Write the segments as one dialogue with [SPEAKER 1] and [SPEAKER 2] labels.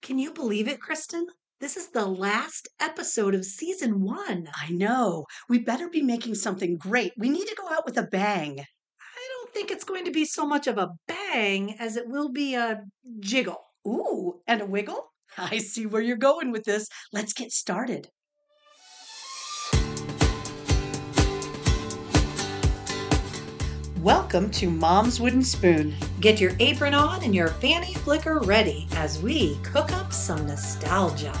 [SPEAKER 1] Can you believe it, Kristen? This is the last episode of season one.
[SPEAKER 2] I know. We better be making something great. We need to go out with a bang.
[SPEAKER 1] I don't think it's going to be so much of a bang as it will be a jiggle.
[SPEAKER 2] Ooh, and a wiggle? I see where you're going with this. Let's get started. Welcome to Mom's Wooden Spoon.
[SPEAKER 1] Get your apron on and your fanny flicker ready as we cook up some nostalgia.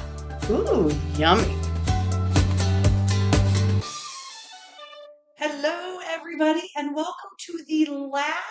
[SPEAKER 2] Ooh, yummy.
[SPEAKER 1] Hello, everybody, and welcome to the last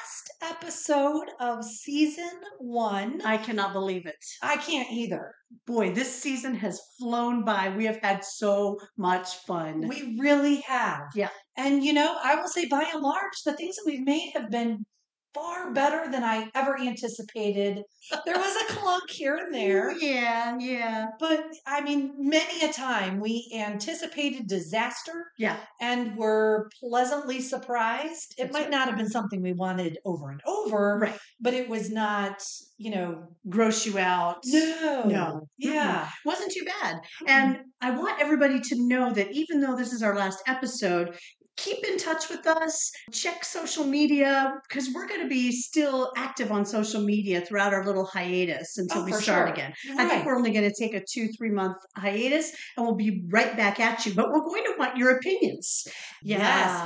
[SPEAKER 1] episode of season one.
[SPEAKER 2] I cannot believe it.
[SPEAKER 1] I can't either.
[SPEAKER 2] Boy, this season has flown by. We have had so much fun.
[SPEAKER 1] We really have.
[SPEAKER 2] Yeah.
[SPEAKER 1] And, you know, I will say by and large, the things that we've made have been far better than I ever anticipated. There was a clunk here and there.
[SPEAKER 2] Yeah, yeah,
[SPEAKER 1] But I mean, many a time we anticipated disaster
[SPEAKER 2] yeah.
[SPEAKER 1] and were pleasantly surprised. It
[SPEAKER 2] That's
[SPEAKER 1] might
[SPEAKER 2] right.
[SPEAKER 1] not have been something we wanted over and over,
[SPEAKER 2] Right.
[SPEAKER 1] but it was not, you know,
[SPEAKER 2] Gross you out.
[SPEAKER 1] no,
[SPEAKER 2] No.
[SPEAKER 1] yeah,
[SPEAKER 2] Wasn't too bad. And I want everybody to know that even though this is our last episode, keep in touch with us, check social media, because we're going to be still active on social media throughout our little hiatus until
[SPEAKER 1] Oh,
[SPEAKER 2] we
[SPEAKER 1] for
[SPEAKER 2] start
[SPEAKER 1] sure.
[SPEAKER 2] again. I
[SPEAKER 1] Right.
[SPEAKER 2] think we're only going to take a two, three month hiatus and we'll be right back at you, but we're going to want your opinions.
[SPEAKER 1] Yes,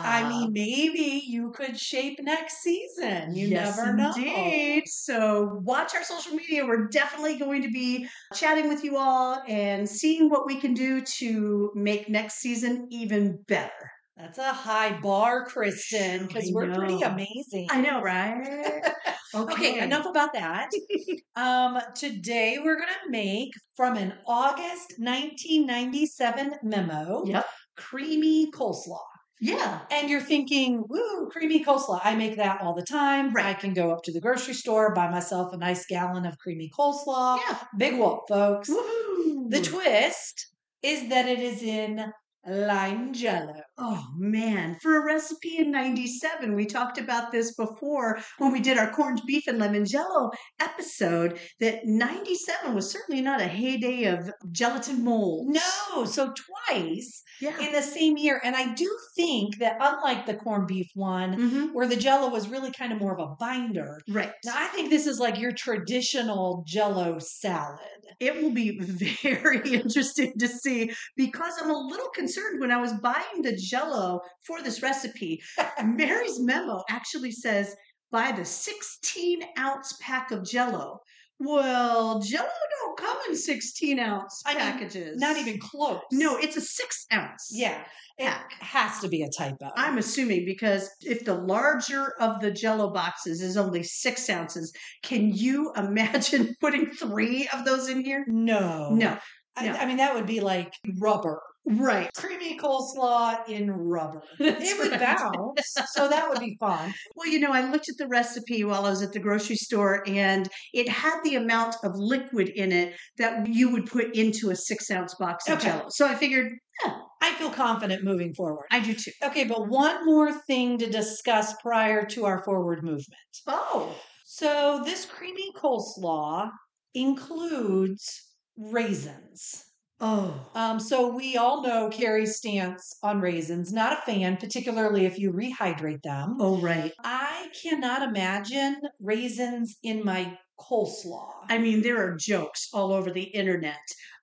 [SPEAKER 1] I
[SPEAKER 2] Yeah.
[SPEAKER 1] mean, maybe you could shape next season. You
[SPEAKER 2] yes,
[SPEAKER 1] never know.
[SPEAKER 2] Indeed. So watch our social media. We're definitely going to be chatting with you all and seeing what we can do to make next season even better.
[SPEAKER 1] That's a high bar, Kristen, because
[SPEAKER 2] I
[SPEAKER 1] we're pretty
[SPEAKER 2] know.
[SPEAKER 1] amazing.
[SPEAKER 2] I know, right?
[SPEAKER 1] Okay, enough about that. um, today we're going to make from an August 1997 memo
[SPEAKER 2] Yep.
[SPEAKER 1] creamy coleslaw.
[SPEAKER 2] oh, Yeah.
[SPEAKER 1] And you're thinking, woo, creamy coleslaw. I make that all the time. I can go up to the grocery store, buy myself a nice gallon of creamy coleslaw.
[SPEAKER 2] Yeah.
[SPEAKER 1] Big whoop, folks.
[SPEAKER 2] Woohoo.
[SPEAKER 1] The twist is that it is in lime jello.
[SPEAKER 2] Oh man, for a recipe in 97, we talked about this before when we did our corned beef and lemon jello episode that 97 was certainly not a heyday of gelatin molds.
[SPEAKER 1] No, so twice
[SPEAKER 2] Yeah.
[SPEAKER 1] in the same year. And I do think that unlike the corned beef one,
[SPEAKER 2] Mhm.
[SPEAKER 1] where the jello was really kind of more of a binder,
[SPEAKER 2] Right.
[SPEAKER 1] now I think this is like your traditional jello salad.
[SPEAKER 2] It will be very interesting to see because I'm a little concerned when I was buying the jello for this recipe. Mary's memo actually says buy the 16 ounce pack of jello. Well, jello don't come in 16 ounce
[SPEAKER 1] I mean,
[SPEAKER 2] packages.
[SPEAKER 1] Not even close.
[SPEAKER 2] No, it's a six ounce.
[SPEAKER 1] Yeah. It
[SPEAKER 2] Heck.
[SPEAKER 1] has to be a typo.
[SPEAKER 2] I'm assuming because if the larger of the jello boxes is only six ounces, can you imagine putting three of those in here?
[SPEAKER 1] no.
[SPEAKER 2] No.
[SPEAKER 1] I,
[SPEAKER 2] no.
[SPEAKER 1] I mean, that would be like rubber.
[SPEAKER 2] Right.
[SPEAKER 1] Creamy coleslaw in rubber.
[SPEAKER 2] That's
[SPEAKER 1] it would
[SPEAKER 2] right.
[SPEAKER 1] bounce. So that would be fun.
[SPEAKER 2] Well, you know, I looked at the recipe while I was at the grocery store and it had the amount of liquid in it that you would put into a six ounce box of
[SPEAKER 1] Okay.
[SPEAKER 2] jello. So I figured,
[SPEAKER 1] I feel confident moving forward.
[SPEAKER 2] I do too.
[SPEAKER 1] Okay, but one more thing to discuss prior to our forward movement.
[SPEAKER 2] Oh,
[SPEAKER 1] So, this creamy coleslaw includes raisins.
[SPEAKER 2] oh,
[SPEAKER 1] Um, so, we all know Carrie's stance on raisins, not a fan, particularly if you rehydrate them.
[SPEAKER 2] oh, right.
[SPEAKER 1] I cannot imagine raisins in my coleslaw.
[SPEAKER 2] I mean, there are jokes all over the internet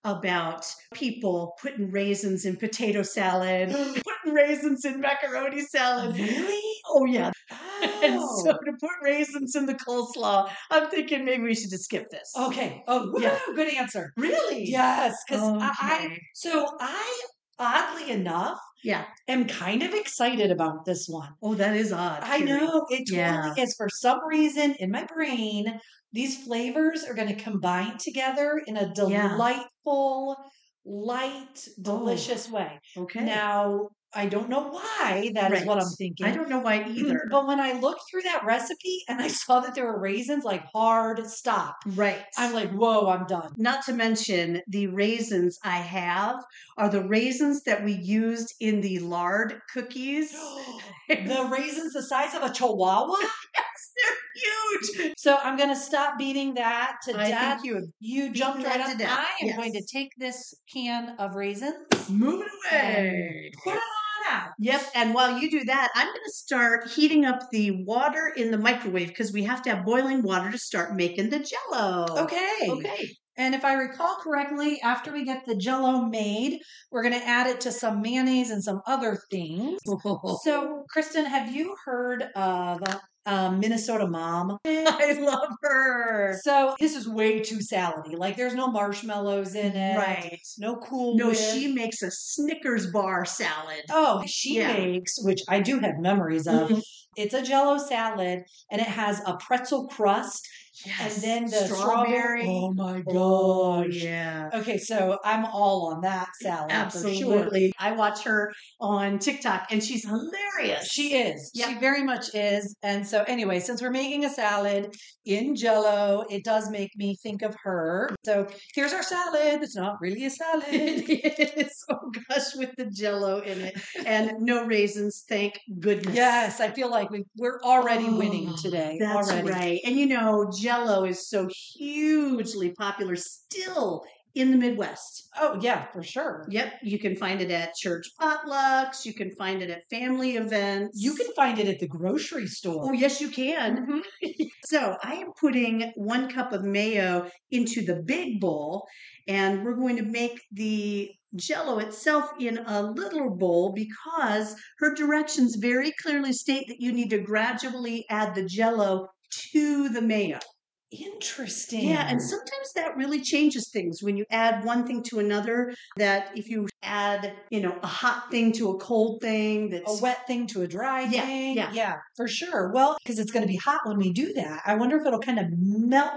[SPEAKER 2] about people putting raisins in potato salad, putting raisins in macaroni salad.
[SPEAKER 1] really?
[SPEAKER 2] Oh, yeah. And
[SPEAKER 1] Oh.
[SPEAKER 2] so to put raisins in the coleslaw, I'm thinking maybe we should just skip this.
[SPEAKER 1] okay. Oh, woo,
[SPEAKER 2] Yeah.
[SPEAKER 1] good answer.
[SPEAKER 2] Really?
[SPEAKER 1] Yes, because I
[SPEAKER 2] Okay.
[SPEAKER 1] So I, oddly enough,
[SPEAKER 2] Yeah.
[SPEAKER 1] am kind of excited about this one.
[SPEAKER 2] Oh, that is odd.
[SPEAKER 1] I
[SPEAKER 2] Carrie.
[SPEAKER 1] know it totally
[SPEAKER 2] Yeah.
[SPEAKER 1] is. For some reason, in my brain, these flavors are going to combine together in a
[SPEAKER 2] Yeah. Oh,
[SPEAKER 1] delightful, light, delicious way.
[SPEAKER 2] Okay.
[SPEAKER 1] Now, I don't know why that is what
[SPEAKER 2] Right.
[SPEAKER 1] I'm thinking.
[SPEAKER 2] I don't know why either.
[SPEAKER 1] But when I looked through that recipe and I saw that there were raisins, like hard stop,
[SPEAKER 2] right.
[SPEAKER 1] I'm like, whoa, I'm done.
[SPEAKER 2] not to mention the raisins I have are the raisins that we used in the lard cookies.
[SPEAKER 1] the raisins the size of a chihuahua?
[SPEAKER 2] Huge.
[SPEAKER 1] So I'm going to stop beating that to
[SPEAKER 2] I
[SPEAKER 1] death.
[SPEAKER 2] think you have
[SPEAKER 1] You jumped
[SPEAKER 2] that
[SPEAKER 1] right
[SPEAKER 2] to
[SPEAKER 1] up.
[SPEAKER 2] death.
[SPEAKER 1] I am going to
[SPEAKER 2] Yes.
[SPEAKER 1] take this can of raisins.
[SPEAKER 2] move it away.
[SPEAKER 1] Put it on out.
[SPEAKER 2] Yep. And while you do that, I'm going to start heating up the water in the microwave because we have to have boiling water to start making the jello.
[SPEAKER 1] Okay.
[SPEAKER 2] Okay.
[SPEAKER 1] And if I recall correctly, after we get the jello made, we're going to add it to some mayonnaise and some other things. So, Kristen, have you heard of um, Minnesota Mom?
[SPEAKER 2] I love her.
[SPEAKER 1] So, this is way too salady. Like, there's no marshmallows in it.
[SPEAKER 2] Right.
[SPEAKER 1] No cool.
[SPEAKER 2] No,
[SPEAKER 1] Whip.
[SPEAKER 2] she makes a Snickers bar salad.
[SPEAKER 1] Oh, she
[SPEAKER 2] Yeah. Mm-hmm.
[SPEAKER 1] makes, which I do have memories of. It's a jello salad and it has a pretzel crust and
[SPEAKER 2] Yes.
[SPEAKER 1] then the strawberry.
[SPEAKER 2] strawberry.
[SPEAKER 1] Oh my
[SPEAKER 2] Oh,
[SPEAKER 1] gosh.
[SPEAKER 2] yeah.
[SPEAKER 1] Okay, so I'm all on that salad for sure.
[SPEAKER 2] Absolutely. I watch her on TikTok and she's hilarious.
[SPEAKER 1] She is. She
[SPEAKER 2] Yep.
[SPEAKER 1] very much is. And so, anyway, since we're making a salad in jello, it does make me think of her. So, here's our salad. It's not really a salad.
[SPEAKER 2] it is. Oh gosh, with the jello in it and no raisins, thank goodness.
[SPEAKER 1] yes, I feel like we, we're already winning
[SPEAKER 2] Oh,
[SPEAKER 1] today.
[SPEAKER 2] That's
[SPEAKER 1] already.
[SPEAKER 2] right. And you know, jello is so hugely popular still in the Midwest.
[SPEAKER 1] Oh, yeah, for sure.
[SPEAKER 2] Yep, you can find it at church potlucks, you can find it at family events.
[SPEAKER 1] You can find it at the grocery
[SPEAKER 2] Oh, Mm-hmm.
[SPEAKER 1] store.
[SPEAKER 2] yes, you can.
[SPEAKER 1] Mhm.
[SPEAKER 2] So I am putting one cup of mayo into the big bowl, and we're going to make the jello itself in a little bowl because her directions very clearly state that you need to gradually add the jello to the mayo.
[SPEAKER 1] Interesting.
[SPEAKER 2] Yeah, and sometimes that really changes things when you add one thing to another. That if you add, you know, a hot thing to a cold thing, that's
[SPEAKER 1] a wet thing to a dry
[SPEAKER 2] Yeah,
[SPEAKER 1] thing.
[SPEAKER 2] yeah.
[SPEAKER 1] for sure. Well, because it's going to be hot when we do that. I wonder if it'll kind of melt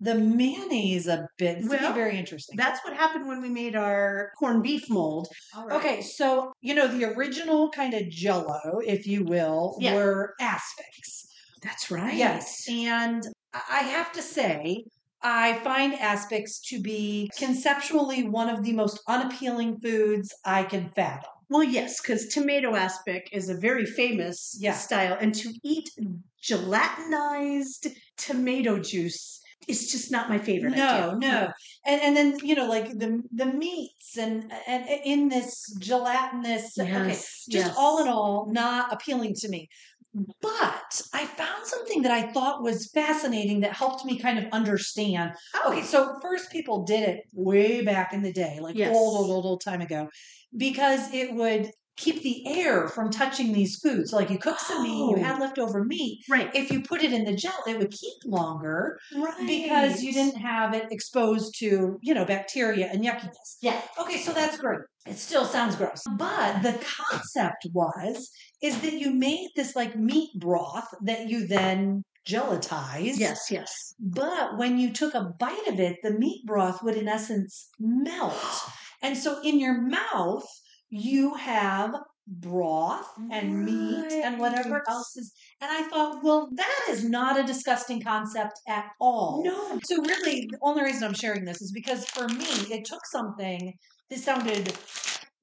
[SPEAKER 1] the mayonnaise a bit. It's going to
[SPEAKER 2] Well,
[SPEAKER 1] be very interesting.
[SPEAKER 2] that's what happened when we made our corned beef mold.
[SPEAKER 1] Okay, so you know the original kind of Jello, if you will,
[SPEAKER 2] Yeah.
[SPEAKER 1] were aspics.
[SPEAKER 2] That's right.
[SPEAKER 1] Yes, and I I have to say. I find aspics to be conceptually one of the most unappealing foods I can fathom.
[SPEAKER 2] Well, yes, because tomato aspic is a very famous
[SPEAKER 1] Yeah.
[SPEAKER 2] style, and to eat gelatinized tomato juice is just not my favorite.
[SPEAKER 1] no
[SPEAKER 2] idea. Mm-hmm.
[SPEAKER 1] no and and then you know like the the meats and and and in this gelatinous okay
[SPEAKER 2] Yes,
[SPEAKER 1] just
[SPEAKER 2] yes.
[SPEAKER 1] all in all not appealing to me but i found something that i thought was fascinating that helped me kind of understand
[SPEAKER 2] Oh,
[SPEAKER 1] okay so first people did it way back in the day like
[SPEAKER 2] Yes.
[SPEAKER 1] old old old old time ago because it would keep the air from touching these foods like you cook some meat
[SPEAKER 2] Oh.
[SPEAKER 1] you had leftover meat
[SPEAKER 2] right,
[SPEAKER 1] if you put it in the gel it would keep longer
[SPEAKER 2] right,
[SPEAKER 1] because you didn't have it exposed to, you know, bacteria and yuckiness.
[SPEAKER 2] Yeah.
[SPEAKER 1] Okay, so that's great. It still sounds gross. But the concept was is that you made this like meat broth that you then gelatized.
[SPEAKER 2] Yes, yes.
[SPEAKER 1] But when you took a bite of it, the meat broth would in essence melt. And so in your mouth, you have broth and meat and whatever
[SPEAKER 2] Right.
[SPEAKER 1] else is. And I thought, well, that is not a disgusting concept at all.
[SPEAKER 2] No.
[SPEAKER 1] So really, the only reason I'm sharing this is because for me, it took something that sounded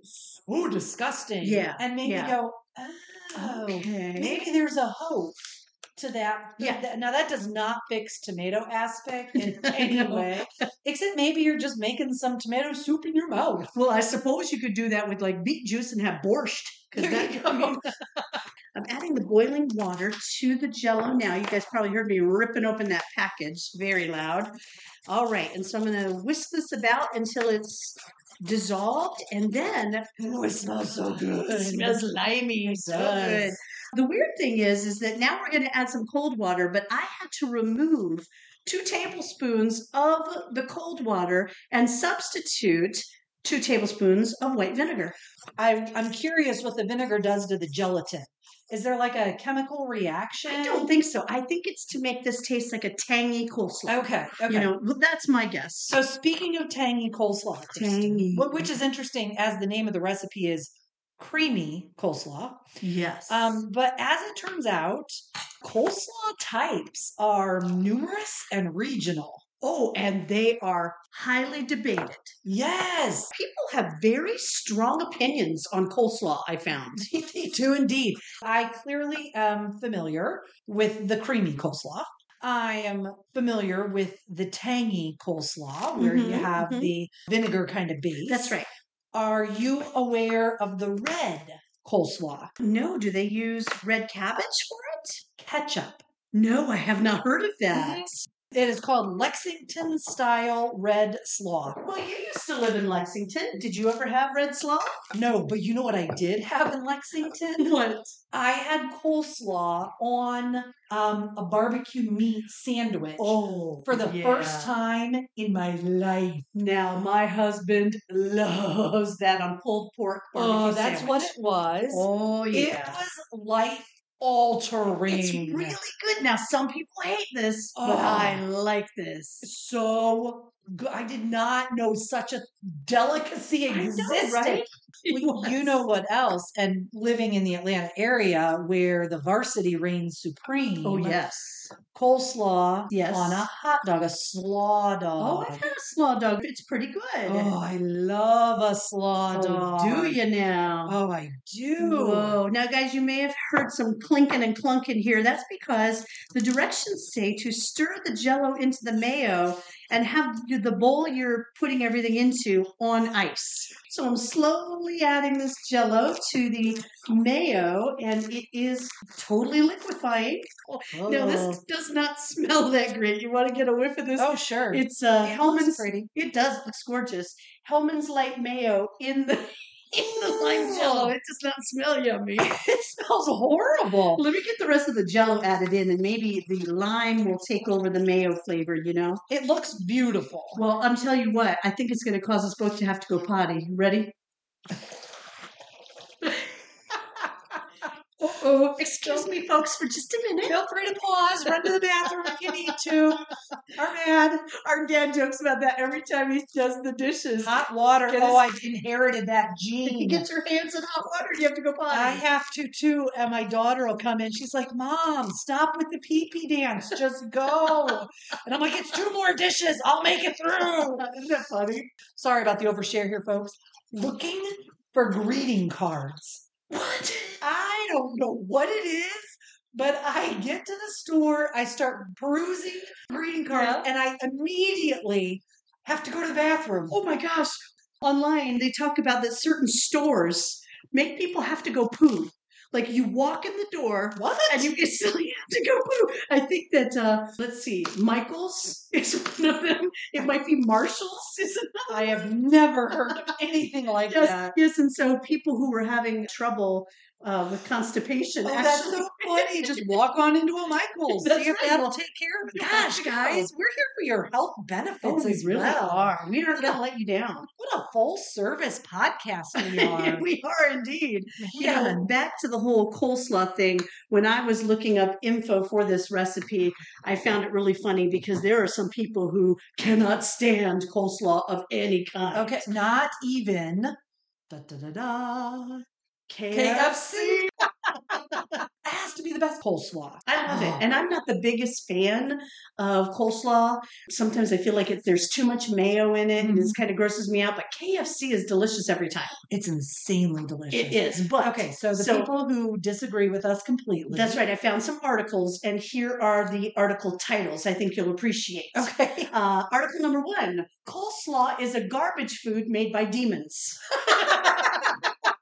[SPEAKER 1] so disgusting,
[SPEAKER 2] Yeah,
[SPEAKER 1] and made
[SPEAKER 2] yeah.
[SPEAKER 1] me go, oh,
[SPEAKER 2] Okay.
[SPEAKER 1] maybe there's a hope to that.
[SPEAKER 2] Yeah.
[SPEAKER 1] Th- Now that does not fix tomato aspect in
[SPEAKER 2] I
[SPEAKER 1] any
[SPEAKER 2] know.
[SPEAKER 1] way, except maybe you're just making some tomato soup in your mouth.
[SPEAKER 2] Well, I suppose you could do that with like beet juice and have borscht. 'cause
[SPEAKER 1] There
[SPEAKER 2] that-
[SPEAKER 1] you
[SPEAKER 2] I mean, I'm adding the boiling water to the jello now. You guys probably heard me ripping open that package very loud. All right, and so I'm going to whisk this about until it's dissolved, and then
[SPEAKER 1] Oh, it smells so good.
[SPEAKER 2] It smells limey. It's so
[SPEAKER 1] does.
[SPEAKER 2] good. The weird thing is, is that now we're going to add some cold water, but I had to remove two tablespoons of the cold water and substitute two tablespoons of white vinegar.
[SPEAKER 1] I, I'm curious what the vinegar does to the gelatin. Is there like a chemical reaction?
[SPEAKER 2] I don't think so. I think it's to make this taste like a tangy coleslaw.
[SPEAKER 1] Okay. Oh, Okay.
[SPEAKER 2] You know, well, that's my guess.
[SPEAKER 1] So speaking of tangy coleslaw, Christine,
[SPEAKER 2] Tangy.
[SPEAKER 1] wh- which is interesting as the name of the recipe is creamy coleslaw.
[SPEAKER 2] yes.
[SPEAKER 1] Um, but as it turns out, coleslaw types are numerous and regional.
[SPEAKER 2] Oh, and they are highly debated.
[SPEAKER 1] Yes,
[SPEAKER 2] People have very strong opinions on coleslaw, I found.
[SPEAKER 1] they do indeed. I clearly am familiar with the creamy coleslaw. I am familiar with the tangy coleslaw, where you
[SPEAKER 2] Mhm,
[SPEAKER 1] have
[SPEAKER 2] mhm.
[SPEAKER 1] the vinegar kind of base.
[SPEAKER 2] That's right.
[SPEAKER 1] Are you aware of the red coleslaw?
[SPEAKER 2] No, do they use red cabbage for it?
[SPEAKER 1] Ketchup.
[SPEAKER 2] No, I have not heard of that.
[SPEAKER 1] It is called Lexington style red slaw.
[SPEAKER 2] Well, you used to live in Lexington. Did you ever have red slaw?
[SPEAKER 1] No, but you know what I did have in Lexington?
[SPEAKER 2] What?
[SPEAKER 1] I had coleslaw on um, a barbecue meat sandwich
[SPEAKER 2] Oh,
[SPEAKER 1] for the
[SPEAKER 2] yeah.
[SPEAKER 1] first time in my life.
[SPEAKER 2] Now, my husband loves that on pulled pork barbecue.
[SPEAKER 1] Oh, that's what it
[SPEAKER 2] sandwich.
[SPEAKER 1] was.
[SPEAKER 2] Oh,
[SPEAKER 1] It was life altering.
[SPEAKER 2] It's really good. Now, some people hate this, but
[SPEAKER 1] Oh.
[SPEAKER 2] I like this.
[SPEAKER 1] so good. I did not know such a delicacy
[SPEAKER 2] I know,
[SPEAKER 1] existed.
[SPEAKER 2] right? It
[SPEAKER 1] Well, you
[SPEAKER 2] was.
[SPEAKER 1] know what else? And living in the Atlanta area where the varsity reigns supreme.
[SPEAKER 2] Oh, yes.
[SPEAKER 1] Coleslaw
[SPEAKER 2] Yes.
[SPEAKER 1] on a hot dog, a slaw
[SPEAKER 2] Oh,
[SPEAKER 1] dog.
[SPEAKER 2] I've had a slaw dog. It's pretty good.
[SPEAKER 1] Oh, I Oh, love a slaw dog.
[SPEAKER 2] do you now?
[SPEAKER 1] Oh, I do.
[SPEAKER 2] Whoa. Now, guys, you may have heard some clinking and clunking here. That's because the directions say to stir the jello into the mayo and have you- the bowl you're putting everything into on ice. So I'm slowly adding this jello to the mayo, and it is totally liquefying. Now,
[SPEAKER 1] Oh.
[SPEAKER 2] this does not smell that great. You want to get a whiff of this?
[SPEAKER 1] Oh, sure.
[SPEAKER 2] It's uh,
[SPEAKER 1] It looks
[SPEAKER 2] Hellman's.
[SPEAKER 1] pretty.
[SPEAKER 2] It does. Looks gorgeous. Hellman's light mayo in the in the lime
[SPEAKER 1] Ew.
[SPEAKER 2] jello. It does not smell yummy.
[SPEAKER 1] It smells horrible.
[SPEAKER 2] Let me get the rest of the jello added in, and maybe the lime will take over the mayo flavor. You know.
[SPEAKER 1] It looks beautiful.
[SPEAKER 2] Well, I'm telling you what. I think it's going to cause us both to have to go potty. You Ready?
[SPEAKER 1] Uh-oh.
[SPEAKER 2] Excuse me, folks, for just a minute.
[SPEAKER 1] Feel free to pause, run to the bathroom if you need to. Our bad.
[SPEAKER 2] Our dad jokes about that every time he does the dishes.
[SPEAKER 1] Hot water.
[SPEAKER 2] Get
[SPEAKER 1] Oh, I
[SPEAKER 2] us-
[SPEAKER 1] inherited that
[SPEAKER 2] If you
[SPEAKER 1] gene.
[SPEAKER 2] get your hands in hot water, you have to go potty.
[SPEAKER 1] I have to too. And my daughter will come in. She's like, Mom, stop with the pee pee dance. Just go. and I'm like, It's two more dishes. I'll make it through.
[SPEAKER 2] Isn't that funny?
[SPEAKER 1] Sorry about the overshare here, folks. Looking for greeting cards.
[SPEAKER 2] What?
[SPEAKER 1] I don't know what it is, but I get to the store, I start perusing greeting cards,
[SPEAKER 2] Yeah.
[SPEAKER 1] and I immediately have to go to the bathroom.
[SPEAKER 2] Oh my gosh. Online, they talk about that certain stores make people have to go poo. Like you walk in the door
[SPEAKER 1] What?
[SPEAKER 2] and you still have to go poo. I think that, uh, let's see, Michael's is one of them. It might be Marshall's is another.
[SPEAKER 1] I have never heard of anything like
[SPEAKER 2] Yes,
[SPEAKER 1] that.
[SPEAKER 2] yes, and so people who were having trouble uh, with constipation
[SPEAKER 1] Oh, that's
[SPEAKER 2] actually.
[SPEAKER 1] so funny. Just walk on into a Michael's.
[SPEAKER 2] That's
[SPEAKER 1] See if
[SPEAKER 2] right.
[SPEAKER 1] that'll take care of it.
[SPEAKER 2] Gosh, guys.
[SPEAKER 1] we're here for your health benefits
[SPEAKER 2] Oh, we
[SPEAKER 1] as
[SPEAKER 2] really
[SPEAKER 1] well.
[SPEAKER 2] are. We aren't going to let you down.
[SPEAKER 1] What a full service podcast we are.
[SPEAKER 2] we are indeed. You
[SPEAKER 1] Man.
[SPEAKER 2] know, back to the whole coleslaw thing. When I was looking up info for this recipe, I found it really funny because there are some people who cannot stand coleslaw of any kind.
[SPEAKER 1] Okay, not even. Da, da, da, da. KFC. It has to be the best coleslaw.
[SPEAKER 2] I love it. And I'm not the biggest fan of coleslaw. Sometimes I feel like it, there's too much mayo in it and it
[SPEAKER 1] Mm-hmm.
[SPEAKER 2] kind of grosses me out, but KFC is delicious every time.
[SPEAKER 1] It's insanely delicious.
[SPEAKER 2] It is. But
[SPEAKER 1] Okay, so the
[SPEAKER 2] So-
[SPEAKER 1] people who disagree with us completely.
[SPEAKER 2] that's right. I found some articles and here are the article titles I think you'll appreciate.
[SPEAKER 1] Okay.
[SPEAKER 2] Uh, article number one coleslaw is a garbage food made by demons.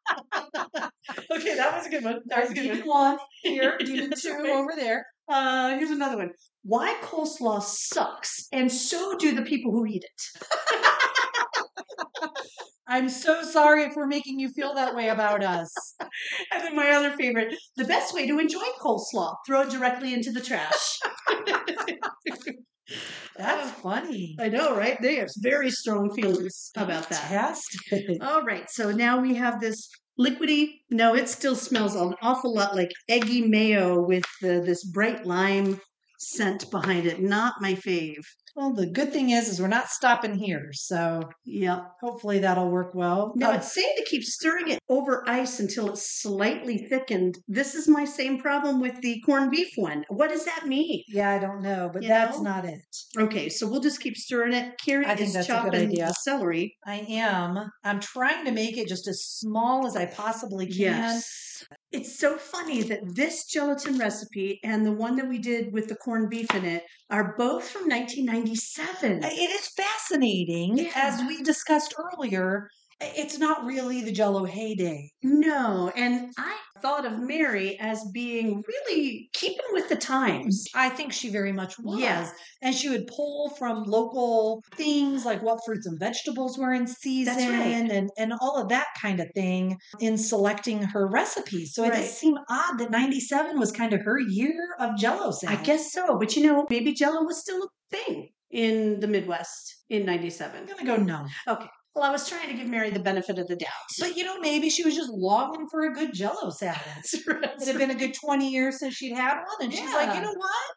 [SPEAKER 2] okay, that was a good one. That was a good one.
[SPEAKER 1] Demon one here, demon
[SPEAKER 2] That's
[SPEAKER 1] two
[SPEAKER 2] right.
[SPEAKER 1] over there.
[SPEAKER 2] Uh, here's another one. Why coleslaw sucks, and so do the people who eat it.
[SPEAKER 1] I'm so sorry if we're making you feel that way about us.
[SPEAKER 2] And then my other favorite the best way to enjoy coleslaw, throw it directly into the trash.
[SPEAKER 1] That's funny.
[SPEAKER 2] Oh, I know, right? There's very strong feelings about that. Oh.
[SPEAKER 1] Fantastic.
[SPEAKER 2] All right, so now we have this liquidy. No, it still smells an awful lot like eggy mayo with the, this bright lime scent behind it. Not my fave.
[SPEAKER 1] Well, the good thing is, is we're not stopping here. So
[SPEAKER 2] Yep.
[SPEAKER 1] hopefully that'll work well.
[SPEAKER 2] Now
[SPEAKER 1] Uh,
[SPEAKER 2] it's safe to keep stirring it over ice until it's slightly thickened. This is my same problem with the corned beef one. What does that mean?
[SPEAKER 1] yeah, I don't know, but
[SPEAKER 2] You
[SPEAKER 1] that's
[SPEAKER 2] know?
[SPEAKER 1] not it.
[SPEAKER 2] Okay, so we'll just keep stirring it. Carrie
[SPEAKER 1] I think
[SPEAKER 2] is
[SPEAKER 1] that's a good
[SPEAKER 2] chopping
[SPEAKER 1] idea.
[SPEAKER 2] the celery.
[SPEAKER 1] I am. I'm trying to make it just as small as I possibly can.
[SPEAKER 2] Yes. It's so funny that this gelatin recipe and the one that we did with the corned beef in it are both from 1997.
[SPEAKER 1] Uh, It is fascinating.
[SPEAKER 2] Yeah.
[SPEAKER 1] As we discussed earlier, i- it's not really the Jello heyday.
[SPEAKER 2] No, and I thought of Mary as being really keeping with the times.
[SPEAKER 1] I think she very much was.
[SPEAKER 2] Yeah.
[SPEAKER 1] And she would pull from local things like what fruits and vegetables were in season and, and all of that kind of thing in selecting her recipes. So it
[SPEAKER 2] Right.
[SPEAKER 1] does seem odd that 97 was kind of her year of Jello
[SPEAKER 2] I
[SPEAKER 1] salad.
[SPEAKER 2] guess so, but you know, maybe Jello was still a thing in the Midwest in
[SPEAKER 1] I'm
[SPEAKER 2] '97.
[SPEAKER 1] going to go no.
[SPEAKER 2] Well, I was trying to give Mary the benefit of the doubt.
[SPEAKER 1] But you know, maybe she was just longing for a good Jello salad.
[SPEAKER 2] That's right.
[SPEAKER 1] It had been a good 20 years since she'd had one. And she's like, you
[SPEAKER 2] Yeah.
[SPEAKER 1] know what?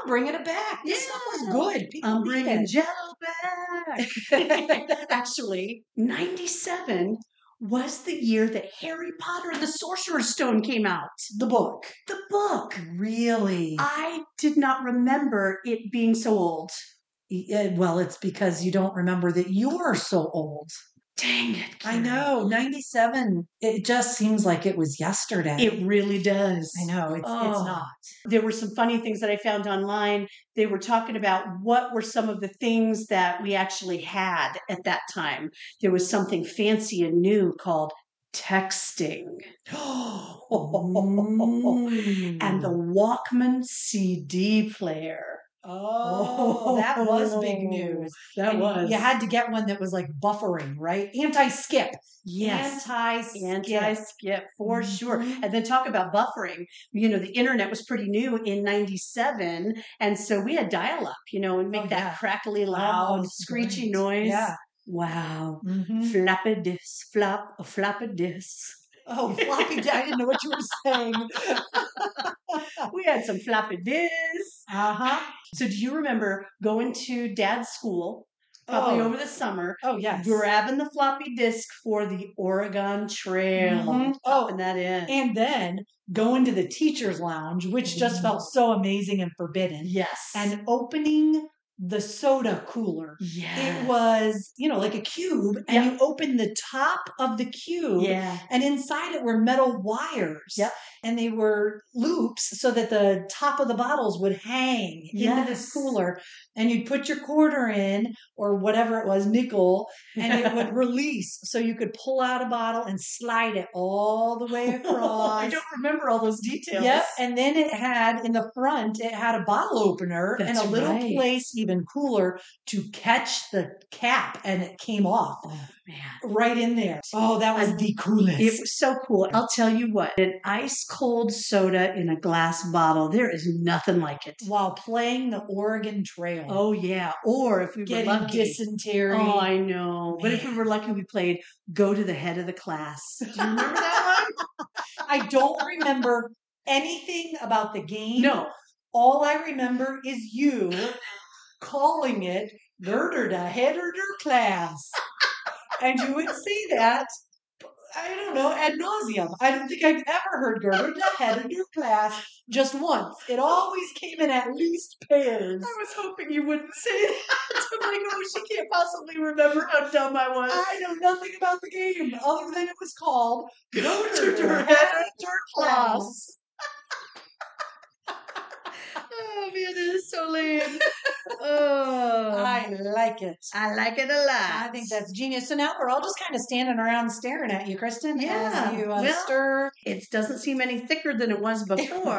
[SPEAKER 1] I'm bringing it back. This stuff
[SPEAKER 2] Yeah.
[SPEAKER 1] was good. People
[SPEAKER 2] I'm
[SPEAKER 1] need
[SPEAKER 2] bringing
[SPEAKER 1] it."
[SPEAKER 2] Jello back. Actually, '97 was the year that Harry Potter and the Sorcerer's Stone came out.
[SPEAKER 1] the book. Mm.
[SPEAKER 2] The book.
[SPEAKER 1] Really?
[SPEAKER 2] I did not remember it being so old.
[SPEAKER 1] Yeah, eh, well, it's because you don't remember that you're so old.
[SPEAKER 2] Dang it!
[SPEAKER 1] I
[SPEAKER 2] Karen.
[SPEAKER 1] know. 97. It just seems like it was yesterday.
[SPEAKER 2] It really does.
[SPEAKER 1] I know. It's, it's
[SPEAKER 2] Oh.
[SPEAKER 1] not.
[SPEAKER 2] There were some funny things that I found online. They were talking about what were some of the things that we actually had at that time. There was something fancy and new called texting Oh. and the
[SPEAKER 1] Mm.
[SPEAKER 2] Walkman CD player.
[SPEAKER 1] Oh, that was big news.
[SPEAKER 2] That
[SPEAKER 1] And
[SPEAKER 2] was.
[SPEAKER 1] You had to get one that was like buffering, right? Anti skip.
[SPEAKER 2] yes.
[SPEAKER 1] Anti
[SPEAKER 2] Anti
[SPEAKER 1] skip.
[SPEAKER 2] skip for sure.
[SPEAKER 1] Mhm.
[SPEAKER 2] And then talk about buffering. You know, the internet was pretty new in 97. And so we had dial up, you know, and make
[SPEAKER 1] Oh,
[SPEAKER 2] that
[SPEAKER 1] yeah.
[SPEAKER 2] crackly, loud,
[SPEAKER 1] Oh,
[SPEAKER 2] screechy
[SPEAKER 1] great.
[SPEAKER 2] noise.
[SPEAKER 1] Yeah. Mm-hmm.
[SPEAKER 2] Wow. Flappadis, flap, a flappadis.
[SPEAKER 1] Oh, floppy. di- I didn't know what you were saying.
[SPEAKER 2] We had some flappadis.
[SPEAKER 1] Uh
[SPEAKER 2] Uh-huh.
[SPEAKER 1] huh.
[SPEAKER 2] So do you remember going to dad's school, probably
[SPEAKER 1] oh.
[SPEAKER 2] over the summer,
[SPEAKER 1] Oh, yes.
[SPEAKER 2] grabbing the floppy disk for the Oregon Trail?
[SPEAKER 1] Mhm. Oh,
[SPEAKER 2] And that in.
[SPEAKER 1] and then going to the teacher's lounge, which just felt so amazing and forbidden,
[SPEAKER 2] yes.
[SPEAKER 1] and opening the soda cooler.
[SPEAKER 2] yeah.
[SPEAKER 1] It was, you know, like a cube, and you opened the top of the cube,
[SPEAKER 2] Yeah.
[SPEAKER 1] and inside it were metal wires.
[SPEAKER 2] Yep.
[SPEAKER 1] And they were loops so that the top of the bottles would hang into this
[SPEAKER 2] Yes.
[SPEAKER 1] cooler. And you'd put your quarter in or whatever it was, nickel, and it would release. So you could pull out a bottle and slide it all the way
[SPEAKER 2] I
[SPEAKER 1] across.
[SPEAKER 2] don't remember all those details.
[SPEAKER 1] Yep. And then it had in the front, it had a bottle opener and
[SPEAKER 2] That's
[SPEAKER 1] a little
[SPEAKER 2] right.
[SPEAKER 1] place, even cooler, to catch the cap. And it came off
[SPEAKER 2] Oh man.
[SPEAKER 1] right in there. Oh, that was the coolest.
[SPEAKER 2] It was so cool. I'll tell you what, an ice cold soda in a glass bottle, there is nothing like it.
[SPEAKER 1] while playing the Oregon Trail.
[SPEAKER 2] Oh yeah. Or if we
[SPEAKER 1] getting
[SPEAKER 2] were lucky.
[SPEAKER 1] dysentery.
[SPEAKER 2] Oh, I know. But if we
[SPEAKER 1] Man.
[SPEAKER 2] were lucky, we played Go to the Head of the Class. Do you remember that
[SPEAKER 1] I don't remember anything about the game.
[SPEAKER 2] one? no.
[SPEAKER 1] All I remember is you calling it Gerder to Header class. and you would say that, I don't know, ad nauseum. I don't think I've ever heard Gerder to Header class just once. It always came in at least pairs.
[SPEAKER 2] I was hoping you wouldn't say that. I'm like, oh, she can't possibly remember how dumb I was.
[SPEAKER 1] I know nothing about the game other than it was called Gerder to
[SPEAKER 2] Gerder
[SPEAKER 1] Header class.
[SPEAKER 2] class. oh man, that is so lame. oh,
[SPEAKER 1] I like it.
[SPEAKER 2] I like it a lot.
[SPEAKER 1] I think that's genius. So now we're all just kind of standing around staring at you, Kristen.
[SPEAKER 2] Yeah,
[SPEAKER 1] As you uh,
[SPEAKER 2] well,
[SPEAKER 1] stir.
[SPEAKER 2] it doesn't seem any thicker than it was before.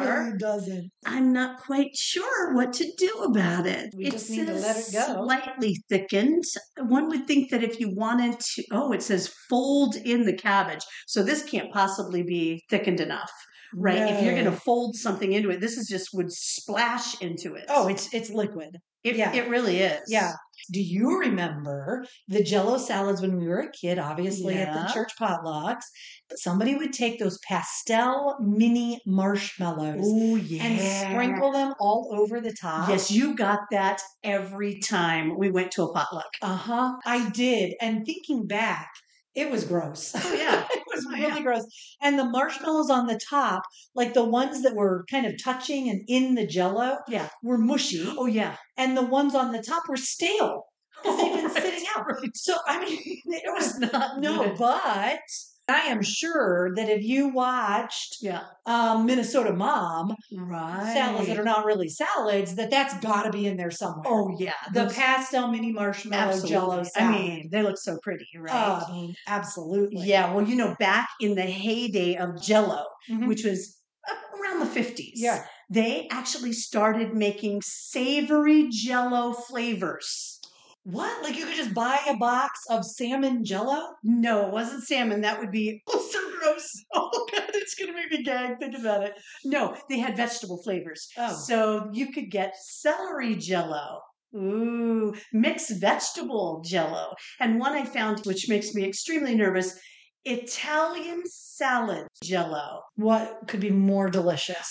[SPEAKER 1] really doesn't.
[SPEAKER 2] I'm not quite sure what to do about it.
[SPEAKER 1] We
[SPEAKER 2] it
[SPEAKER 1] just need to let it
[SPEAKER 2] says
[SPEAKER 1] go.
[SPEAKER 2] Slightly thickened. One would think that if you wanted to, oh, it says fold in the cabbage. So this can't possibly be thickened enough, right? If you're
[SPEAKER 1] No.
[SPEAKER 2] going to fold something into it, this is just would splash into it.
[SPEAKER 1] Oh, it's it's liquid.
[SPEAKER 2] It,
[SPEAKER 1] Yeah.
[SPEAKER 2] it really is.
[SPEAKER 1] Yeah. Do you remember the jello salads when we were a kid, obviously at
[SPEAKER 2] Yeah.
[SPEAKER 1] the church potlucks? Somebody would take those pastel mini marshmallows
[SPEAKER 2] Oh yeah.
[SPEAKER 1] and sprinkle them all over the top.
[SPEAKER 2] Yes, you got that every time we went to a potluck.
[SPEAKER 1] Uh huh. I did. And thinking back, it was gross.
[SPEAKER 2] Oh yeah.
[SPEAKER 1] it was
[SPEAKER 2] Oh,
[SPEAKER 1] really
[SPEAKER 2] yeah.
[SPEAKER 1] gross. And the marshmallows on the top, like the ones that were kind of touching and in the jello,
[SPEAKER 2] Yeah.
[SPEAKER 1] were mushy.
[SPEAKER 2] Oh yeah.
[SPEAKER 1] And the ones on the top were stale because they've been
[SPEAKER 2] Right,
[SPEAKER 1] sitting out. So, I mean, it was
[SPEAKER 2] not
[SPEAKER 1] no,
[SPEAKER 2] good.
[SPEAKER 1] but I am sure that if you watched
[SPEAKER 2] Yeah.
[SPEAKER 1] um, Minnesota Mom
[SPEAKER 2] Right.
[SPEAKER 1] salads that are not really salads, that that's got to be in there somewhere.
[SPEAKER 2] Oh yeah.
[SPEAKER 1] the
[SPEAKER 2] those-
[SPEAKER 1] pastel mini marshmallow
[SPEAKER 2] absolutely.
[SPEAKER 1] jello
[SPEAKER 2] I
[SPEAKER 1] salad.
[SPEAKER 2] mean, they look so pretty, right?
[SPEAKER 1] Oh, I
[SPEAKER 2] Um,
[SPEAKER 1] mean, absolutely.
[SPEAKER 2] yeah. Well, you know, back in the heyday of Jello,
[SPEAKER 1] Mhm.
[SPEAKER 2] which was up around the fifties.
[SPEAKER 1] yeah.
[SPEAKER 2] They actually started making savory jello flavors.
[SPEAKER 1] What? Like you could just buy a box of salmon jello?
[SPEAKER 2] No, it wasn't salmon. That would be oh so gross. Oh god, it's gonna make me gag. Think about it. No, they had vegetable flavors.
[SPEAKER 1] Oh.
[SPEAKER 2] So you could get celery jello. Ooh, mixed vegetable jello. And one I found which makes me extremely nervous. Italian salad jello.
[SPEAKER 1] What could be more delicious?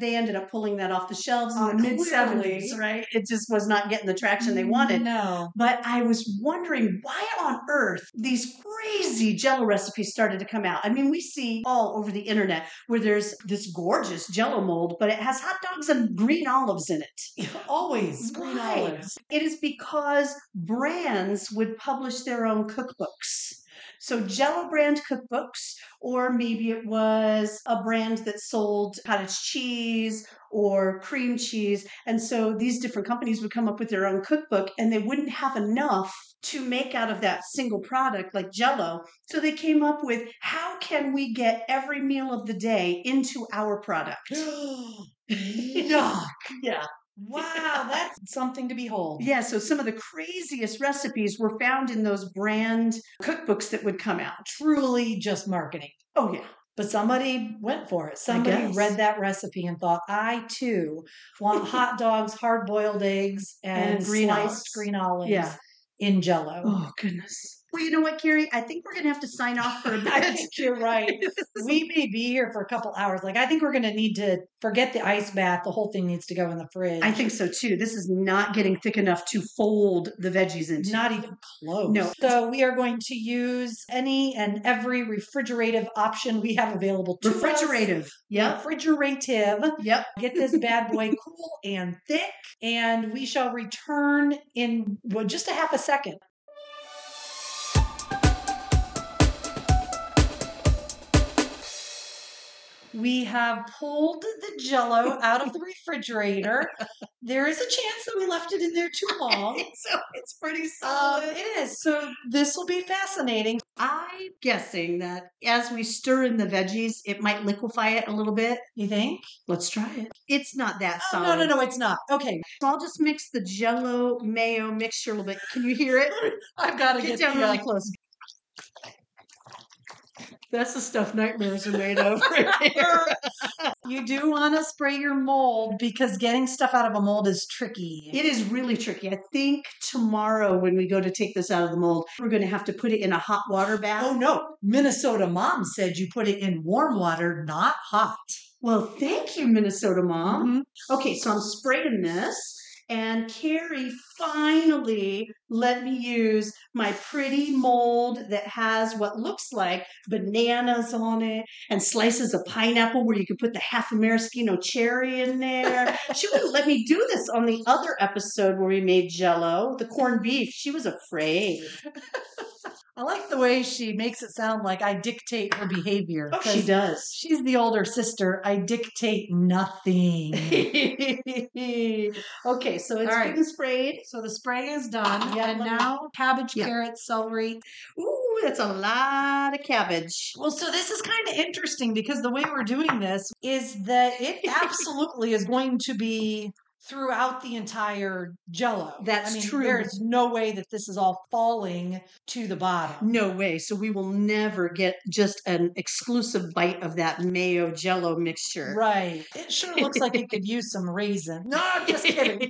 [SPEAKER 2] They ended up pulling that off the shelves in
[SPEAKER 1] Oh,
[SPEAKER 2] the mid
[SPEAKER 1] clearly. Mm-hmm.
[SPEAKER 2] 70s, right? It just was not getting the traction they wanted.
[SPEAKER 1] No.
[SPEAKER 2] But I was wondering why on earth these crazy jello recipes started to come out. I mean, we see all over the internet where there's this gorgeous jello mold, but it has hot dogs and green olives in it.
[SPEAKER 1] Always green
[SPEAKER 2] Right.
[SPEAKER 1] olives.
[SPEAKER 2] It is because brands would publish their own cookbooks. So, Jello brand cookbooks, or maybe it was a brand that sold cottage cheese or cream cheese. And so, these different companies would come up with their own cookbook and they wouldn't have enough to make out of that single product like Jello. So, they came up with how can we get every meal of the day into our product?
[SPEAKER 1] Yuck.
[SPEAKER 2] Yeah.
[SPEAKER 1] Wow, that's something to behold.
[SPEAKER 2] Yeah, so some of the craziest recipes were found in those brand cookbooks that would come out.
[SPEAKER 1] Truly just marketing.
[SPEAKER 2] Oh, yeah.
[SPEAKER 1] But somebody went for it. Somebody
[SPEAKER 2] guess.
[SPEAKER 1] read that recipe and thought, I too want hot dogs, hard boiled eggs, and,
[SPEAKER 2] And green
[SPEAKER 1] sliced
[SPEAKER 2] olives.
[SPEAKER 1] green olives
[SPEAKER 2] Yeah.
[SPEAKER 1] in jello.
[SPEAKER 2] Oh, goodness. Well, you know what, Carrie? I think we're going to have to sign off for a
[SPEAKER 1] I
[SPEAKER 2] bit.
[SPEAKER 1] think you're right. We may be here for a couple hours. Like, I think we're going to need to forget the ice bath. The whole thing needs to go in the fridge.
[SPEAKER 2] I think so too. This is not getting thick enough to fold the veggies into.
[SPEAKER 1] not even close.
[SPEAKER 2] No.
[SPEAKER 1] So, we are going to use any and every refrigerative option we have available to us.
[SPEAKER 2] refrigerative. Yep.
[SPEAKER 1] Refrigerative.
[SPEAKER 2] Yep.
[SPEAKER 1] Get this bad boy cool and thick. And we shall return in well, just a half a second. We have pulled the jello out of the refrigerator. there is a chance that we left it in there too long.
[SPEAKER 2] So it's pretty
[SPEAKER 1] Um,
[SPEAKER 2] solid.
[SPEAKER 1] it is. So this will be fascinating.
[SPEAKER 2] I'm guessing that as we stir in the veggies, it might liquefy it a little bit.
[SPEAKER 1] You think?
[SPEAKER 2] Let's try it. It's not that
[SPEAKER 1] Oh,
[SPEAKER 2] solid.
[SPEAKER 1] no, no, no, it's not. Okay.
[SPEAKER 2] So I'll just mix the jello mayo mixture a little bit. Can you hear it?
[SPEAKER 1] I've got to
[SPEAKER 2] Get down really close. That's the stuff nightmares are made of right there.
[SPEAKER 1] You do want to spray your mold because getting stuff out of a mold is tricky.
[SPEAKER 2] It is really tricky. I think tomorrow when we go to take this out of the mold, we're going to have to put it in a hot water bath.
[SPEAKER 1] oh no, Minnesota mom said you put it in warm water, not hot.
[SPEAKER 2] Well, thank you, Minnesota mom. Okay, so I'm spraying this, and Carrie finally let me use my pretty mold that has what looks like bananas on it and slices of pineapple where you could put the half a maraschino cherry in there. she wouldn't let me do this on the other episode where we made jello, the corned beef. She was afraid.
[SPEAKER 1] I like the way she makes it sound like I dictate her behavior.
[SPEAKER 2] Oh, she
[SPEAKER 1] 'cause
[SPEAKER 2] does.
[SPEAKER 1] She's the older sister. I dictate nothing.
[SPEAKER 2] okay, so it's
[SPEAKER 1] All right.
[SPEAKER 2] been sprayed.
[SPEAKER 1] so the spray is done.
[SPEAKER 2] Yeah,
[SPEAKER 1] and
[SPEAKER 2] let me-
[SPEAKER 1] now cabbage,
[SPEAKER 2] Yeah.
[SPEAKER 1] carrots, celery.
[SPEAKER 2] Ooh, that's a lot of cabbage.
[SPEAKER 1] Well, so this is kind of interesting because the way we're doing this is that it absolutely is going to be throughout the entire jello.
[SPEAKER 2] That's
[SPEAKER 1] I mean,
[SPEAKER 2] true.
[SPEAKER 1] There is no way that this is all falling to the bottom.
[SPEAKER 2] No way. So we will never get just an exclusive bite of that mayo jello mixture.
[SPEAKER 1] Right. It sure looks like it could use some raisin. No, I'm just kidding.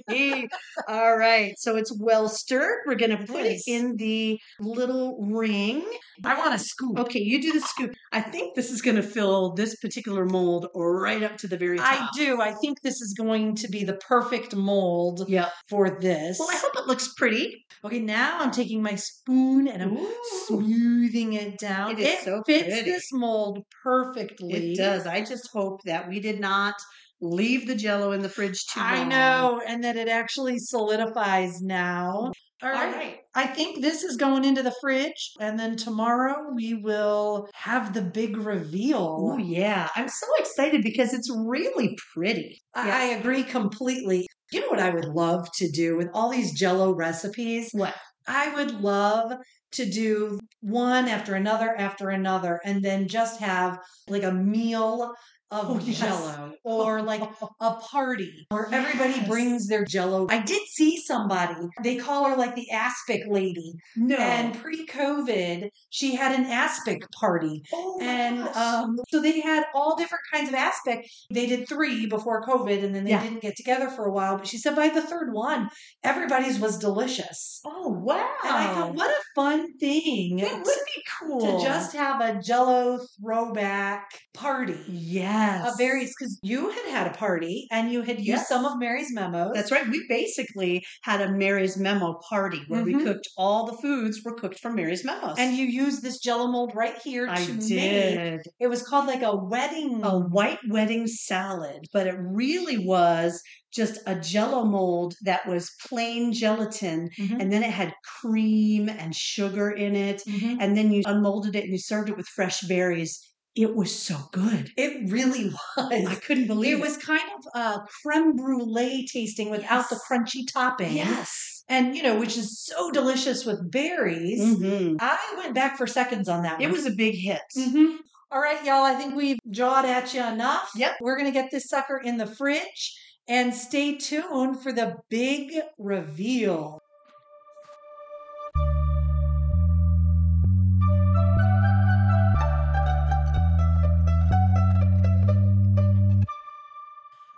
[SPEAKER 2] All right. So it's well stirred. We're going to put
[SPEAKER 1] Nice.
[SPEAKER 2] it in the little ring.
[SPEAKER 1] I want a scoop.
[SPEAKER 2] Okay, you do the scoop. I think this is going to fill this particular mold right up to the very top.
[SPEAKER 1] I do. I think this is going to be the perfect mold
[SPEAKER 2] Yeah.
[SPEAKER 1] for this.
[SPEAKER 2] Well, I hope it looks pretty.
[SPEAKER 1] Okay, now I'm taking my spoon and I'm
[SPEAKER 2] Ooh,
[SPEAKER 1] smoothing it down.
[SPEAKER 2] It is so
[SPEAKER 1] fits
[SPEAKER 2] pretty.
[SPEAKER 1] this mold perfectly.
[SPEAKER 2] it does. I just hope that we did not leave the jello in the fridge too long.
[SPEAKER 1] I know, and that it actually solidifies now. All
[SPEAKER 2] All
[SPEAKER 1] right.
[SPEAKER 2] right.
[SPEAKER 1] I think this is going into the fridge, and then tomorrow we will have the big reveal.
[SPEAKER 2] Oh, yeah. I'm so excited because it's really pretty.
[SPEAKER 1] I, I agree completely. You know what I would love to do with all these jello recipes?
[SPEAKER 2] What?
[SPEAKER 1] I would love to do one after another after another and then just have like a meal of
[SPEAKER 2] Oh, yes.
[SPEAKER 1] jello or like a party where everybody
[SPEAKER 2] Yes.
[SPEAKER 1] brings their jello. I did see somebody. They call her like the aspic lady.
[SPEAKER 2] No.
[SPEAKER 1] And pre-COVID, she had an aspic party.
[SPEAKER 2] oh, my
[SPEAKER 1] And
[SPEAKER 2] gosh.
[SPEAKER 1] um, so they had all different kinds of aspic. They did three before COVID, and then they
[SPEAKER 2] Yeah.
[SPEAKER 1] didn't get together for a while. But she said by the third one, everybody's was delicious.
[SPEAKER 2] oh, wow.
[SPEAKER 1] And I thought, what a fun thing
[SPEAKER 2] That would
[SPEAKER 1] to
[SPEAKER 2] be cool.
[SPEAKER 1] just have a Jello throwback party.
[SPEAKER 2] yes.
[SPEAKER 1] A various because you had had a party and you had used
[SPEAKER 2] Yes.
[SPEAKER 1] some of Mary's memos.
[SPEAKER 2] That's right. We basically had a Mary's Memo party where
[SPEAKER 1] Mhm.
[SPEAKER 2] we cooked all the foods were cooked from Mary's Memos.
[SPEAKER 1] And you used this Jello mold right here to
[SPEAKER 2] I
[SPEAKER 1] make.
[SPEAKER 2] did Oh,
[SPEAKER 1] It was called like a wedding.
[SPEAKER 2] a white wedding salad, but it really was just a jello mold that was plain gelatin.
[SPEAKER 1] Mhm.
[SPEAKER 2] And then it had cream and sugar in it.
[SPEAKER 1] Mhm.
[SPEAKER 2] And then you unmolded it and you served it with fresh berries. It was so good.
[SPEAKER 1] It really
[SPEAKER 2] I
[SPEAKER 1] was.
[SPEAKER 2] couldn't believe
[SPEAKER 1] It
[SPEAKER 2] it.
[SPEAKER 1] was kind of a creme brulee tasting without the
[SPEAKER 2] Yes.
[SPEAKER 1] crunchy topping.
[SPEAKER 2] yes.
[SPEAKER 1] And, you know, which is so delicious with berries.
[SPEAKER 2] Mhm.
[SPEAKER 1] I went back for seconds on that
[SPEAKER 2] It
[SPEAKER 1] one.
[SPEAKER 2] was a big hit.
[SPEAKER 1] Mhm. All right, y'all. I think we've jawed at you enough.
[SPEAKER 2] Yep.
[SPEAKER 1] We're going to get this sucker in the fridge and stay tuned for the big reveal.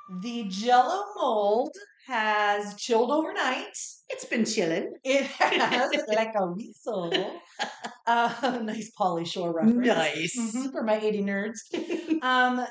[SPEAKER 1] The jello mold has chilled overnight.
[SPEAKER 2] It's been chilling.
[SPEAKER 1] It has like a whistle. Uh, nice Polly Shore reference.
[SPEAKER 2] Nice.
[SPEAKER 1] Mhm, for my 80 nerds. um,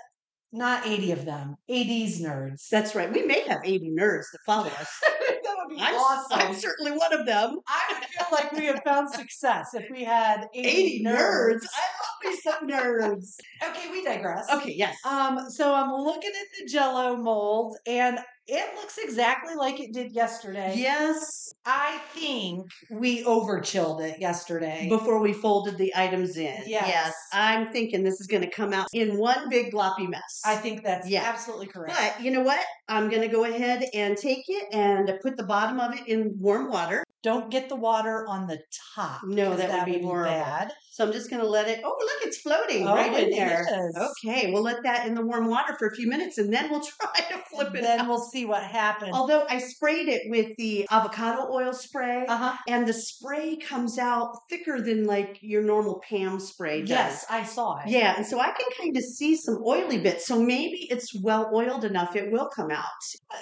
[SPEAKER 1] not 80 of them, 80s nerds.
[SPEAKER 2] That's right. We may have 80 nerds that follow us.
[SPEAKER 1] that would be
[SPEAKER 2] I'm,
[SPEAKER 1] awesome.
[SPEAKER 2] I'm certainly one of them.
[SPEAKER 1] I would feel like we have found success if we had 80,
[SPEAKER 2] 80
[SPEAKER 1] nerds.
[SPEAKER 2] nerds. I love me some nerds.
[SPEAKER 1] Okay, we digress.
[SPEAKER 2] Okay, yes.
[SPEAKER 1] Um, so I'm looking at the jello mold and it looks exactly like it did yesterday.
[SPEAKER 2] Yes.
[SPEAKER 1] I think we overchilled it yesterday.
[SPEAKER 2] Before we folded the items in.
[SPEAKER 1] Yes.
[SPEAKER 2] I'm thinking this is going to come out in one big gloppy mess.
[SPEAKER 1] I think that's
[SPEAKER 2] Yeah.
[SPEAKER 1] absolutely correct.
[SPEAKER 2] but you know what? I'm going to go ahead and take it and put the bottom of it in warm water.
[SPEAKER 1] Don't get the water on the top.
[SPEAKER 2] No,
[SPEAKER 1] 'cause
[SPEAKER 2] that would be horrible.
[SPEAKER 1] bad.
[SPEAKER 2] So I'm just going to let it. Oh, look, it's floating
[SPEAKER 1] Oh,
[SPEAKER 2] right in
[SPEAKER 1] it
[SPEAKER 2] there.
[SPEAKER 1] is.
[SPEAKER 2] Okay, we'll let that in the warm water for a few minutes and then we'll try to flip it
[SPEAKER 1] then
[SPEAKER 2] out.
[SPEAKER 1] we'll see what happens.
[SPEAKER 2] Although I sprayed it with the avocado oil spray,
[SPEAKER 1] Uh-huh.
[SPEAKER 2] and the spray comes out thicker than like your normal Pam spray does.
[SPEAKER 1] Yes, I saw it.
[SPEAKER 2] Yeah, and so I can kind of see some oily bits. So maybe it's well oiled enough; it will come out.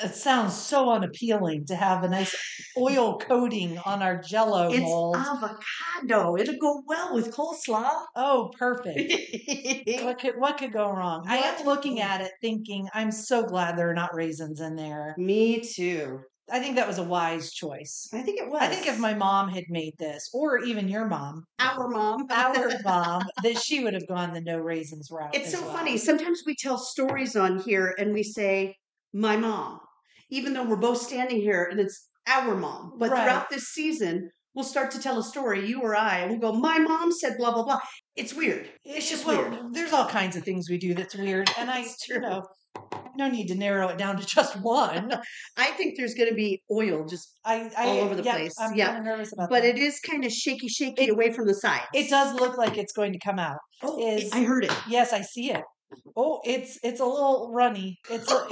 [SPEAKER 1] It sounds so unappealing to have a nice oil coating on our jello
[SPEAKER 2] It's
[SPEAKER 1] mold.
[SPEAKER 2] avocado; it'll go well with coleslaw.
[SPEAKER 1] oh, perfect.
[SPEAKER 2] yeah,
[SPEAKER 1] What could what could go wrong? I am
[SPEAKER 2] What?
[SPEAKER 1] looking at it thinking, I'm so glad there are not raisins in there.
[SPEAKER 2] me too.
[SPEAKER 1] I think that was a wise choice.
[SPEAKER 2] I think it was.
[SPEAKER 1] I think if my mom had made this, or even your mom,
[SPEAKER 2] our mom.
[SPEAKER 1] our mom, that she would have gone the no raisins route.
[SPEAKER 2] It's
[SPEAKER 1] as
[SPEAKER 2] so
[SPEAKER 1] well.
[SPEAKER 2] funny. Sometimes we tell stories on here and we say, my mom, even though we're both standing here and it's our mom. But
[SPEAKER 1] Right.
[SPEAKER 2] throughout this season, we'll start to tell a story, you or I, and we'll go, my mom said blah, blah, blah. It's weird.
[SPEAKER 1] It's just
[SPEAKER 2] weird.
[SPEAKER 1] well, there's all kinds of things we do that's weird, and I,
[SPEAKER 2] It's
[SPEAKER 1] you
[SPEAKER 2] true.
[SPEAKER 1] know, no need to narrow it down to just one.
[SPEAKER 2] I think there's going to be oil just,
[SPEAKER 1] I, I
[SPEAKER 2] All over the
[SPEAKER 1] yeah,
[SPEAKER 2] place.
[SPEAKER 1] I'm
[SPEAKER 2] Yeah.
[SPEAKER 1] kind of nervous about
[SPEAKER 2] but
[SPEAKER 1] that.
[SPEAKER 2] it is kind of shaky, shaky
[SPEAKER 1] It-
[SPEAKER 2] away from the side.
[SPEAKER 1] it does look like it's going to come out.
[SPEAKER 2] Oh, it-
[SPEAKER 1] is-
[SPEAKER 2] I heard it.
[SPEAKER 1] Yes, I see it. Oh, it's it's a little runny. It's a,
[SPEAKER 2] Oh,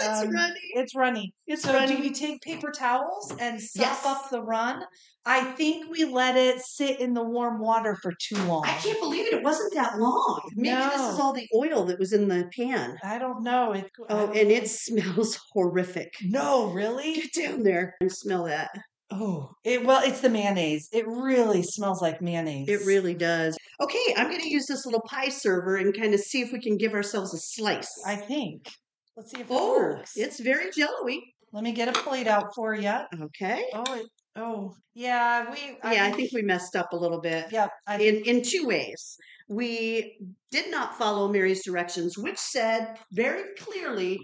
[SPEAKER 1] it's
[SPEAKER 2] it's
[SPEAKER 1] um,
[SPEAKER 2] runny.
[SPEAKER 1] It's runny.
[SPEAKER 2] It's
[SPEAKER 1] so
[SPEAKER 2] runny.
[SPEAKER 1] do we take paper towels and sop
[SPEAKER 2] Yes.
[SPEAKER 1] up the run? I think we let it sit in the warm water for too long.
[SPEAKER 2] I can't believe it. It wasn't that long. Maybe this is
[SPEAKER 1] No.
[SPEAKER 2] all the oil that was in the pan.
[SPEAKER 1] I don't know. It, I
[SPEAKER 2] Oh,
[SPEAKER 1] don't-
[SPEAKER 2] and it smells horrific.
[SPEAKER 1] no, really.
[SPEAKER 2] Get down there and smell that.
[SPEAKER 1] Oh, it, well, it's the mayonnaise. It really smells like mayonnaise.
[SPEAKER 2] It really does. Okay, I'm going to use this little pie server and kind of see if we can give ourselves a slice.
[SPEAKER 1] I think. Let's see if it
[SPEAKER 2] oh,
[SPEAKER 1] works.
[SPEAKER 2] it's very jello-y.
[SPEAKER 1] Let me get a plate out for you.
[SPEAKER 2] Okay.
[SPEAKER 1] Oh, it, oh, yeah. We.
[SPEAKER 2] yeah, I think we messed up a little bit.
[SPEAKER 1] Yeah, I
[SPEAKER 2] in in two ways. We did not follow Mary's directions, which said very clearly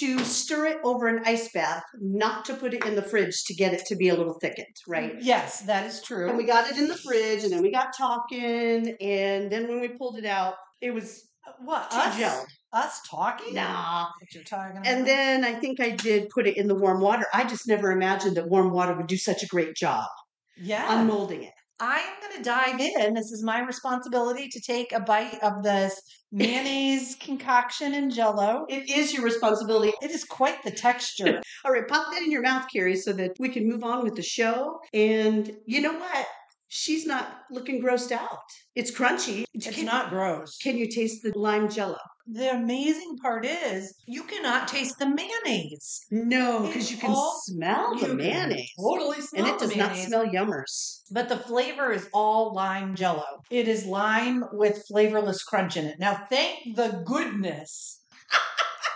[SPEAKER 2] to stir it over an ice bath, not to put it in the fridge to get it to be a little thickened, right?
[SPEAKER 1] Yes, that is true.
[SPEAKER 2] And we got it in the fridge, and then we got talking, and then when we pulled it out, it was
[SPEAKER 1] Uh, what
[SPEAKER 2] too
[SPEAKER 1] us?
[SPEAKER 2] gelled.
[SPEAKER 1] Us talking?
[SPEAKER 2] Nah.
[SPEAKER 1] What you're talking about?
[SPEAKER 2] And then I think I did put it in the warm water. I just never imagined that warm water would do such a great job
[SPEAKER 1] yeah,
[SPEAKER 2] unmolding it.
[SPEAKER 1] I am going to dive in. This is my responsibility to take a bite of this mayonnaise concoction and Jello.
[SPEAKER 2] It is your responsibility
[SPEAKER 1] It is quite the texture.
[SPEAKER 2] All right, pop that in your mouth, Carrie, so that we can move on with the show. And you know what? She's not looking grossed out. It's crunchy.
[SPEAKER 1] It's
[SPEAKER 2] can,
[SPEAKER 1] not gross.
[SPEAKER 2] Can you taste the lime jello?
[SPEAKER 1] the amazing part is you cannot taste the mayonnaise.
[SPEAKER 2] No,
[SPEAKER 1] It's
[SPEAKER 2] because you can
[SPEAKER 1] all-
[SPEAKER 2] smell
[SPEAKER 1] You
[SPEAKER 2] Oh, the
[SPEAKER 1] can
[SPEAKER 2] mayonnaise.
[SPEAKER 1] Totally
[SPEAKER 2] And it
[SPEAKER 1] the
[SPEAKER 2] does not
[SPEAKER 1] mayonnaise.
[SPEAKER 2] smell yummers.
[SPEAKER 1] But the flavor is all lime jello. It is lime with flavorless crunch in it. Now, thank the goodness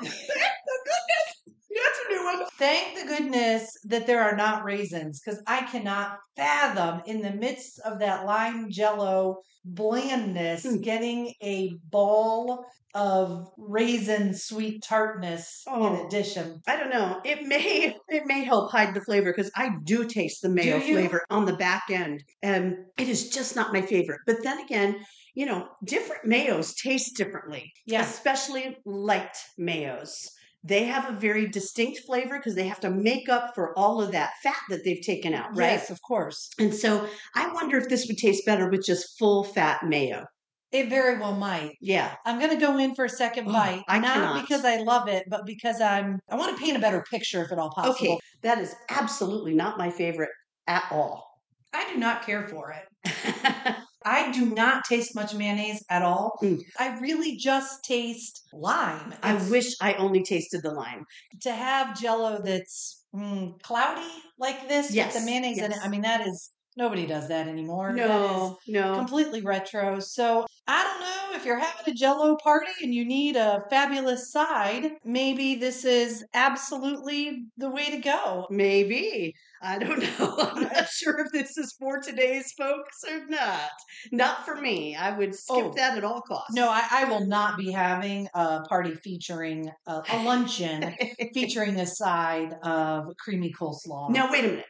[SPEAKER 2] That's a new one.
[SPEAKER 1] Thank the goodness that there are not raisins because I cannot fathom in the midst of that lime jello blandness
[SPEAKER 2] Hmm.
[SPEAKER 1] getting a ball of raisin sweet tartness
[SPEAKER 2] Oh.
[SPEAKER 1] in addition.
[SPEAKER 2] I don't know. It may it may help hide the flavor because I do taste the mayo
[SPEAKER 1] Do you?
[SPEAKER 2] flavor on the back end. Um, it is just not my favorite. But then again, you know, different mayos taste differently.
[SPEAKER 1] Yes.
[SPEAKER 2] especially light mayos. They have a very distinct flavor because they have to make up for all of that fat that they've taken out, right?
[SPEAKER 1] Yes, of course.
[SPEAKER 2] And so I wonder if this would taste better with just full fat mayo.
[SPEAKER 1] It very well might.
[SPEAKER 2] Yeah.
[SPEAKER 1] I'm going to go in for a second
[SPEAKER 2] Oh,
[SPEAKER 1] bite,
[SPEAKER 2] I
[SPEAKER 1] not
[SPEAKER 2] cannot.
[SPEAKER 1] because I love it, but because I'm I want to paint a better picture if at all possible.
[SPEAKER 2] Okay. That is absolutely not my favorite at all.
[SPEAKER 1] I do not care for it. I do not taste much mayonnaise at all.
[SPEAKER 2] Mm.
[SPEAKER 1] I really just taste lime.
[SPEAKER 2] I
[SPEAKER 1] It's-
[SPEAKER 2] wish I only tasted the lime.
[SPEAKER 1] to have jello that's mm, cloudy like this with
[SPEAKER 2] Yes,
[SPEAKER 1] the mayonnaise in it.
[SPEAKER 2] yes.
[SPEAKER 1] I mean, that is nobody does that anymore. That is
[SPEAKER 2] No, no.
[SPEAKER 1] completely retro. So I don't know if you're having a jello party and you need a fabulous side, maybe this is absolutely the way to go.
[SPEAKER 2] Maybe. I don't know. I'm not sure if this is for today's folks or not. Not for me. I would skip
[SPEAKER 1] Oh.
[SPEAKER 2] that at all costs.
[SPEAKER 1] No, I, I will not be having a party featuring a, a luncheon featuring a side of creamy coleslaw.
[SPEAKER 2] Now, wait a minute.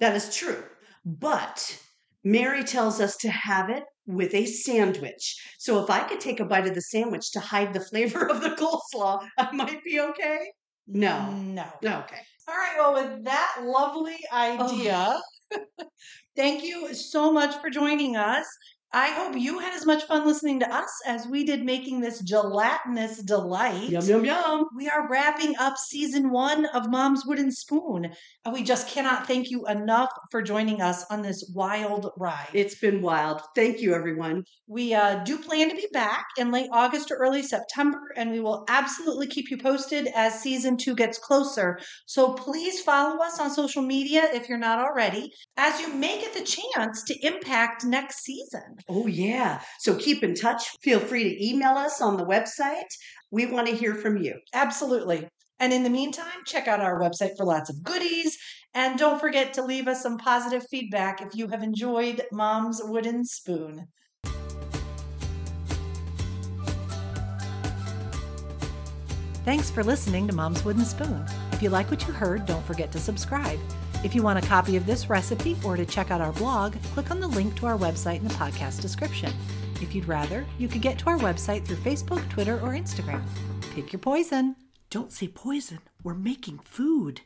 [SPEAKER 2] That is true. But Mary tells us to have it with a sandwich. So if I could take a bite of the sandwich to hide the flavor of the coleslaw, I might be okay. No.
[SPEAKER 1] no.
[SPEAKER 2] Okay.
[SPEAKER 1] All right. Well, with that lovely
[SPEAKER 2] Oh.
[SPEAKER 1] idea, thank you so much for joining us. I hope you had as much fun listening to us as we did making this gelatinous delight.
[SPEAKER 2] Yum, yum, yum.
[SPEAKER 1] We are wrapping up season one of Mom's Wooden Spoon. and We just cannot thank you enough for joining us on this wild ride.
[SPEAKER 2] It's been wild. Thank you, everyone.
[SPEAKER 1] We uh, do plan to be back in late August or early September, and we will absolutely keep you posted as season two gets closer. So please follow us on social media if you're not already, as you may get the chance to impact next season.
[SPEAKER 2] Oh, yeah. So keep in touch. Feel free to email us on the website. We want to hear from you.
[SPEAKER 1] Absolutely. And in the meantime, check out our website for lots of goodies. And don't forget to leave us some positive feedback if you have enjoyed Mom's Wooden Spoon. Thanks for listening to Mom's Wooden Spoon. If you like what you heard, don't forget to subscribe. If you want a copy of this recipe or to check out our blog, click on the link to our website in the podcast description. If you'd rather, you could get to our website through Facebook, Twitter, or Instagram. Pick your poison.
[SPEAKER 3] Don't say poison. We're making food.